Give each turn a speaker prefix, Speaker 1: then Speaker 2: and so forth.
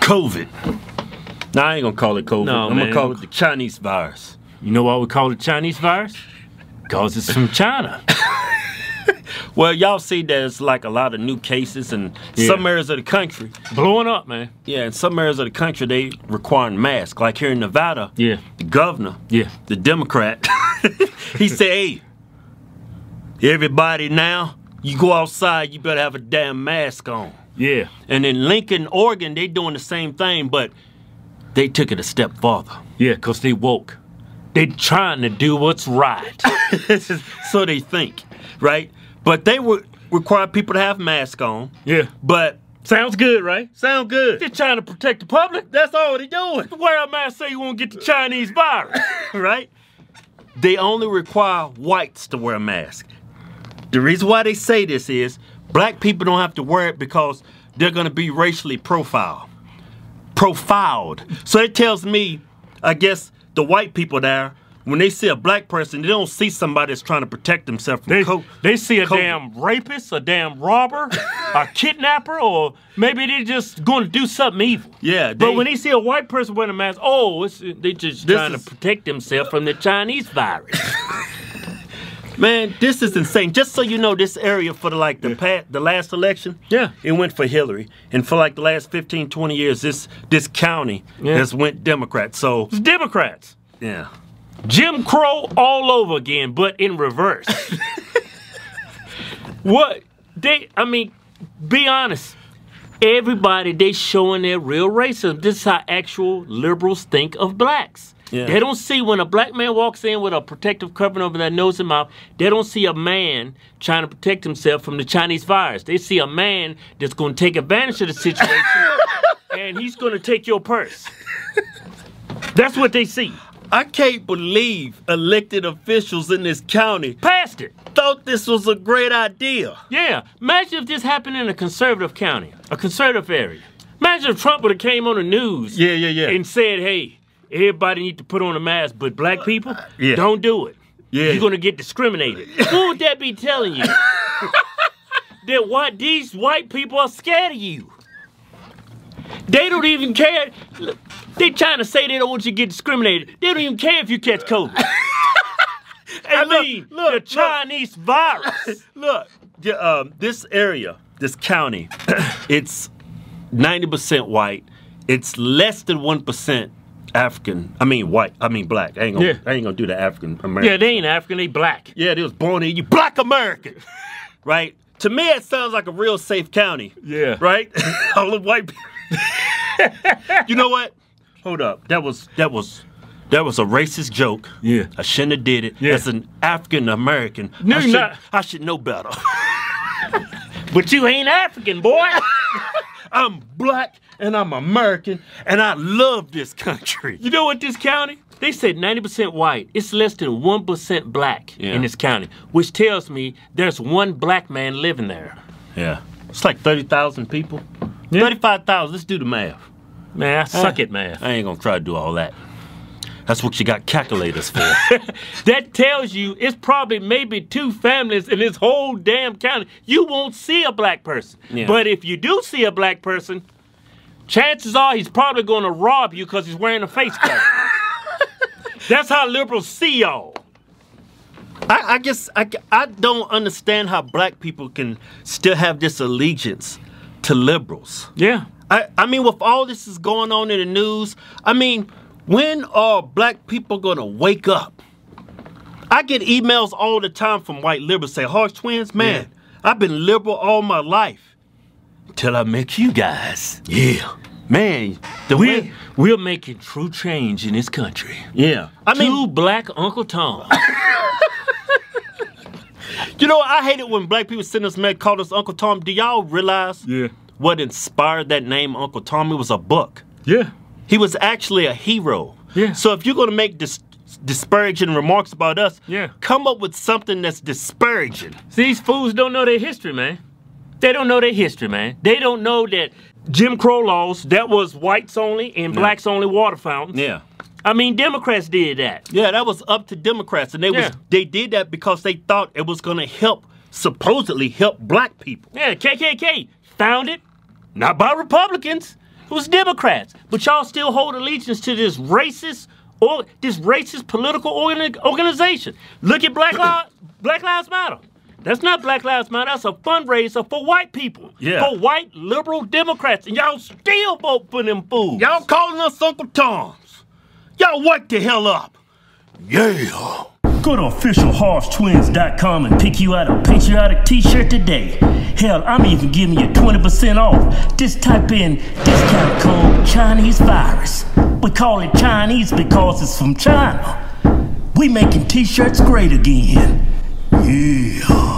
Speaker 1: COVID. Now I ain't gonna call it COVID.
Speaker 2: No,
Speaker 1: I'm
Speaker 2: man.
Speaker 1: gonna call it the Chinese virus. You know why we call it Chinese virus? Cause it's from China. well, y'all see there's like a lot of new cases in some
Speaker 2: Yeah.
Speaker 1: areas of the country.
Speaker 2: Blowing up, man.
Speaker 1: Yeah, in some areas of the country they requiring masks. Like here in Nevada,
Speaker 2: Yeah.
Speaker 1: the governor,
Speaker 2: Yeah.
Speaker 1: the Democrat, he said, "Hey, everybody, now you go outside, you better have a damn mask on."
Speaker 2: Yeah.
Speaker 1: And in Lincoln, Oregon, they doing the same thing, but they took it a step farther.
Speaker 2: Yeah, 'cause they woke. They trying to do what's right.
Speaker 1: so they think, right? But they would require people to have masks on.
Speaker 2: yeah.
Speaker 1: But
Speaker 2: Sounds good, right?
Speaker 1: sound good.
Speaker 2: They're trying to protect the public.
Speaker 1: That's all they doing,
Speaker 2: Where am I say you won't get the Chinese virus?
Speaker 1: right? They only require whites to wear a mask. The reason why they say this is black people don't have to wear it because they're gonna be racially profiled. Profiled. So it tells me, I guess, the white people there, when they see a black person, they don't see somebody that's trying to protect themselves from
Speaker 2: They,
Speaker 1: co-
Speaker 2: they see a
Speaker 1: COVID.
Speaker 2: damn rapist, a damn robber, a kidnapper, or maybe they're just going to do something evil.
Speaker 1: Yeah,
Speaker 2: but
Speaker 1: they-
Speaker 2: when they see a white person wearing a mask, oh, it's, they just
Speaker 1: This
Speaker 2: trying
Speaker 1: is-
Speaker 2: to protect themselves from the Chinese virus.
Speaker 1: Man, this is insane. Just so you know, this area for the, like the pa- the last election,
Speaker 2: Yeah.
Speaker 1: it went for Hillary, and for like the last 15, 20 years, this this county
Speaker 2: Yeah.
Speaker 1: has went Democrat. So
Speaker 2: It's Democrats.
Speaker 1: yeah,
Speaker 2: Jim Crow all over again, but in reverse. what they I mean, be honest. Everybody they showing their real racism. This is how actual liberals think of blacks.
Speaker 1: Yeah.
Speaker 2: They don't see when a black man walks in with a protective covering over their nose and mouth, they don't see a man trying to protect himself from the Chinese virus. They see a man that's gonna take advantage of the situation and he's gonna take your purse. That's what they see.
Speaker 1: I can't believe elected officials in this county
Speaker 2: Passed it.
Speaker 1: thought this was a great idea.
Speaker 2: Yeah. Imagine if this happened in a conservative county, a conservative area. Imagine if Trump would have came on the news
Speaker 1: Yeah, yeah, yeah.
Speaker 2: and said, hey, everybody need to put on a mask, but black people,
Speaker 1: Uh, Yeah.
Speaker 2: don't do it.
Speaker 1: Yeah.
Speaker 2: You're gonna get discriminated. Who would that be telling you? that what these white people are scared of you. They don't even care. Look, They trying to say they don't want you to get discriminated. They don't even care if you catch COVID. I
Speaker 1: look,
Speaker 2: mean,
Speaker 1: look,
Speaker 2: the
Speaker 1: look.
Speaker 2: Chinese virus.
Speaker 1: Look, yeah, um, this area, this county, it's 90% white. It's less than 1% African. I mean, white. I mean, black. I ain't gonna,
Speaker 2: Yeah.
Speaker 1: I ain't gonna do the African
Speaker 2: Yeah,
Speaker 1: American.
Speaker 2: they ain't African, they black.
Speaker 1: Yeah, they was born here. You black American. right? To me, it sounds like a real safe county.
Speaker 2: Yeah.
Speaker 1: Right? All the white people. you know what? Hold up. That was, that was. That was a racist joke.
Speaker 2: Yeah.
Speaker 1: I shouldn't have did it.
Speaker 2: Yeah.
Speaker 1: As an African American,
Speaker 2: No,
Speaker 1: I,
Speaker 2: you're
Speaker 1: should-
Speaker 2: not.
Speaker 1: I should know better.
Speaker 2: But you ain't African, boy.
Speaker 1: I'm black and I'm American and I love this country.
Speaker 2: you know what this county? They said 90% white. It's less than 1% black
Speaker 1: Yeah.
Speaker 2: in this county, which tells me there's one black man living there.
Speaker 1: Yeah. It's like 30,000 people. 35,000. Let's do the math.
Speaker 2: Man, I suck at math.
Speaker 1: I ain't gonna try to do all that. That's what you got calculators for.
Speaker 2: That tells you it's probably maybe two families in this whole damn county. You won't see a black person.
Speaker 1: Yeah.
Speaker 2: But if you do see a black person, chances are he's probably going to rob you because he's wearing a face cover. That's how liberals see y'all.
Speaker 1: I, I guess I, I don't understand how black people can still have this allegiance to liberals.
Speaker 2: Yeah.
Speaker 1: I, I mean, with all this is going on in the news, I mean, when are black people gonna wake up? I get emails all the time from white liberals say, "Harsh twins, man, I've been liberal all my life till I met you guys." Yeah, man, the
Speaker 2: We're,
Speaker 1: way,
Speaker 2: we're making true change in this country.
Speaker 1: yeah. I mean,
Speaker 2: Two black Uncle Tom.
Speaker 1: you know, I hate it when black people send us mad, call us Uncle Tom. Do y'all realize
Speaker 2: Yeah.
Speaker 1: what inspired that name, Uncle Tom? It was a book.
Speaker 2: Yeah.
Speaker 1: He was actually a hero.
Speaker 2: Yeah.
Speaker 1: So if you're going to make dis- disparaging remarks about us,
Speaker 2: Yeah.
Speaker 1: come up with something that's disparaging.
Speaker 2: These fools don't know their history, man. They don't know their history, man. They don't know that Jim Crow laws, that was whites only and blacks only water fountains.
Speaker 1: Yeah.
Speaker 2: I mean, Democrats did that.
Speaker 1: Yeah, that was up to Democrats and they
Speaker 2: Yeah.
Speaker 1: was they did that because they thought it was going to help supposedly help black people.
Speaker 2: Yeah, KKK founded not by Republicans, was Democrats. But y'all still hold allegiance to this racist or this racist political organ- organization. Look at Black Lives Black Lives Matter. That's not Black Lives Matter. That's a fundraiser for white people.
Speaker 1: Yeah.
Speaker 2: For white liberal Democrats. And y'all still vote for them fools.
Speaker 1: Y'all calling us Uncle Toms. Y'all wake the hell up. Yeah.
Speaker 3: Go to officialharstwins.com and pick you out a patriotic t-shirt today. Hell, I'm even giving you 20% off. Just type in discount code Chinese virus. We call it Chinese because it's from China. We making t-shirts great again. Yeah.